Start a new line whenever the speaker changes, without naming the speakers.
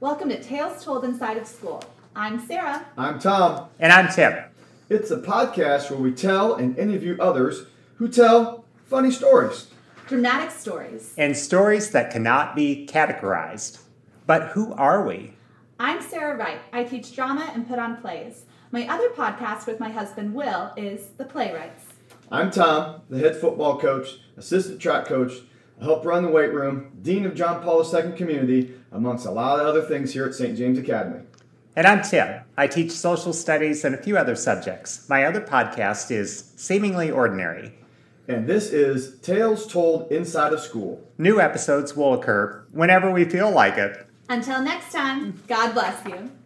Welcome to Tales Told Inside of School. I'm Sarah.
I'm Tom.
And I'm Tim.
It's a podcast where we tell and interview others who tell funny stories.
Dramatic stories.
And stories that cannot be categorized. But who are we?
I'm Sarah Wright. I teach drama and put on plays. My other podcast with my husband Will is The Playwrights.
I'm Tom, the head football coach, assistant track coach. I help run the weight room, dean of John Paul II Community, amongst a lot of other things here at St. James Academy.
And I'm Tim. I teach social studies and a few other subjects. My other podcast is Seemingly Ordinary.
And this is Tales Told Inside of School.
New episodes will occur whenever we feel like it.
Until next time, God bless you.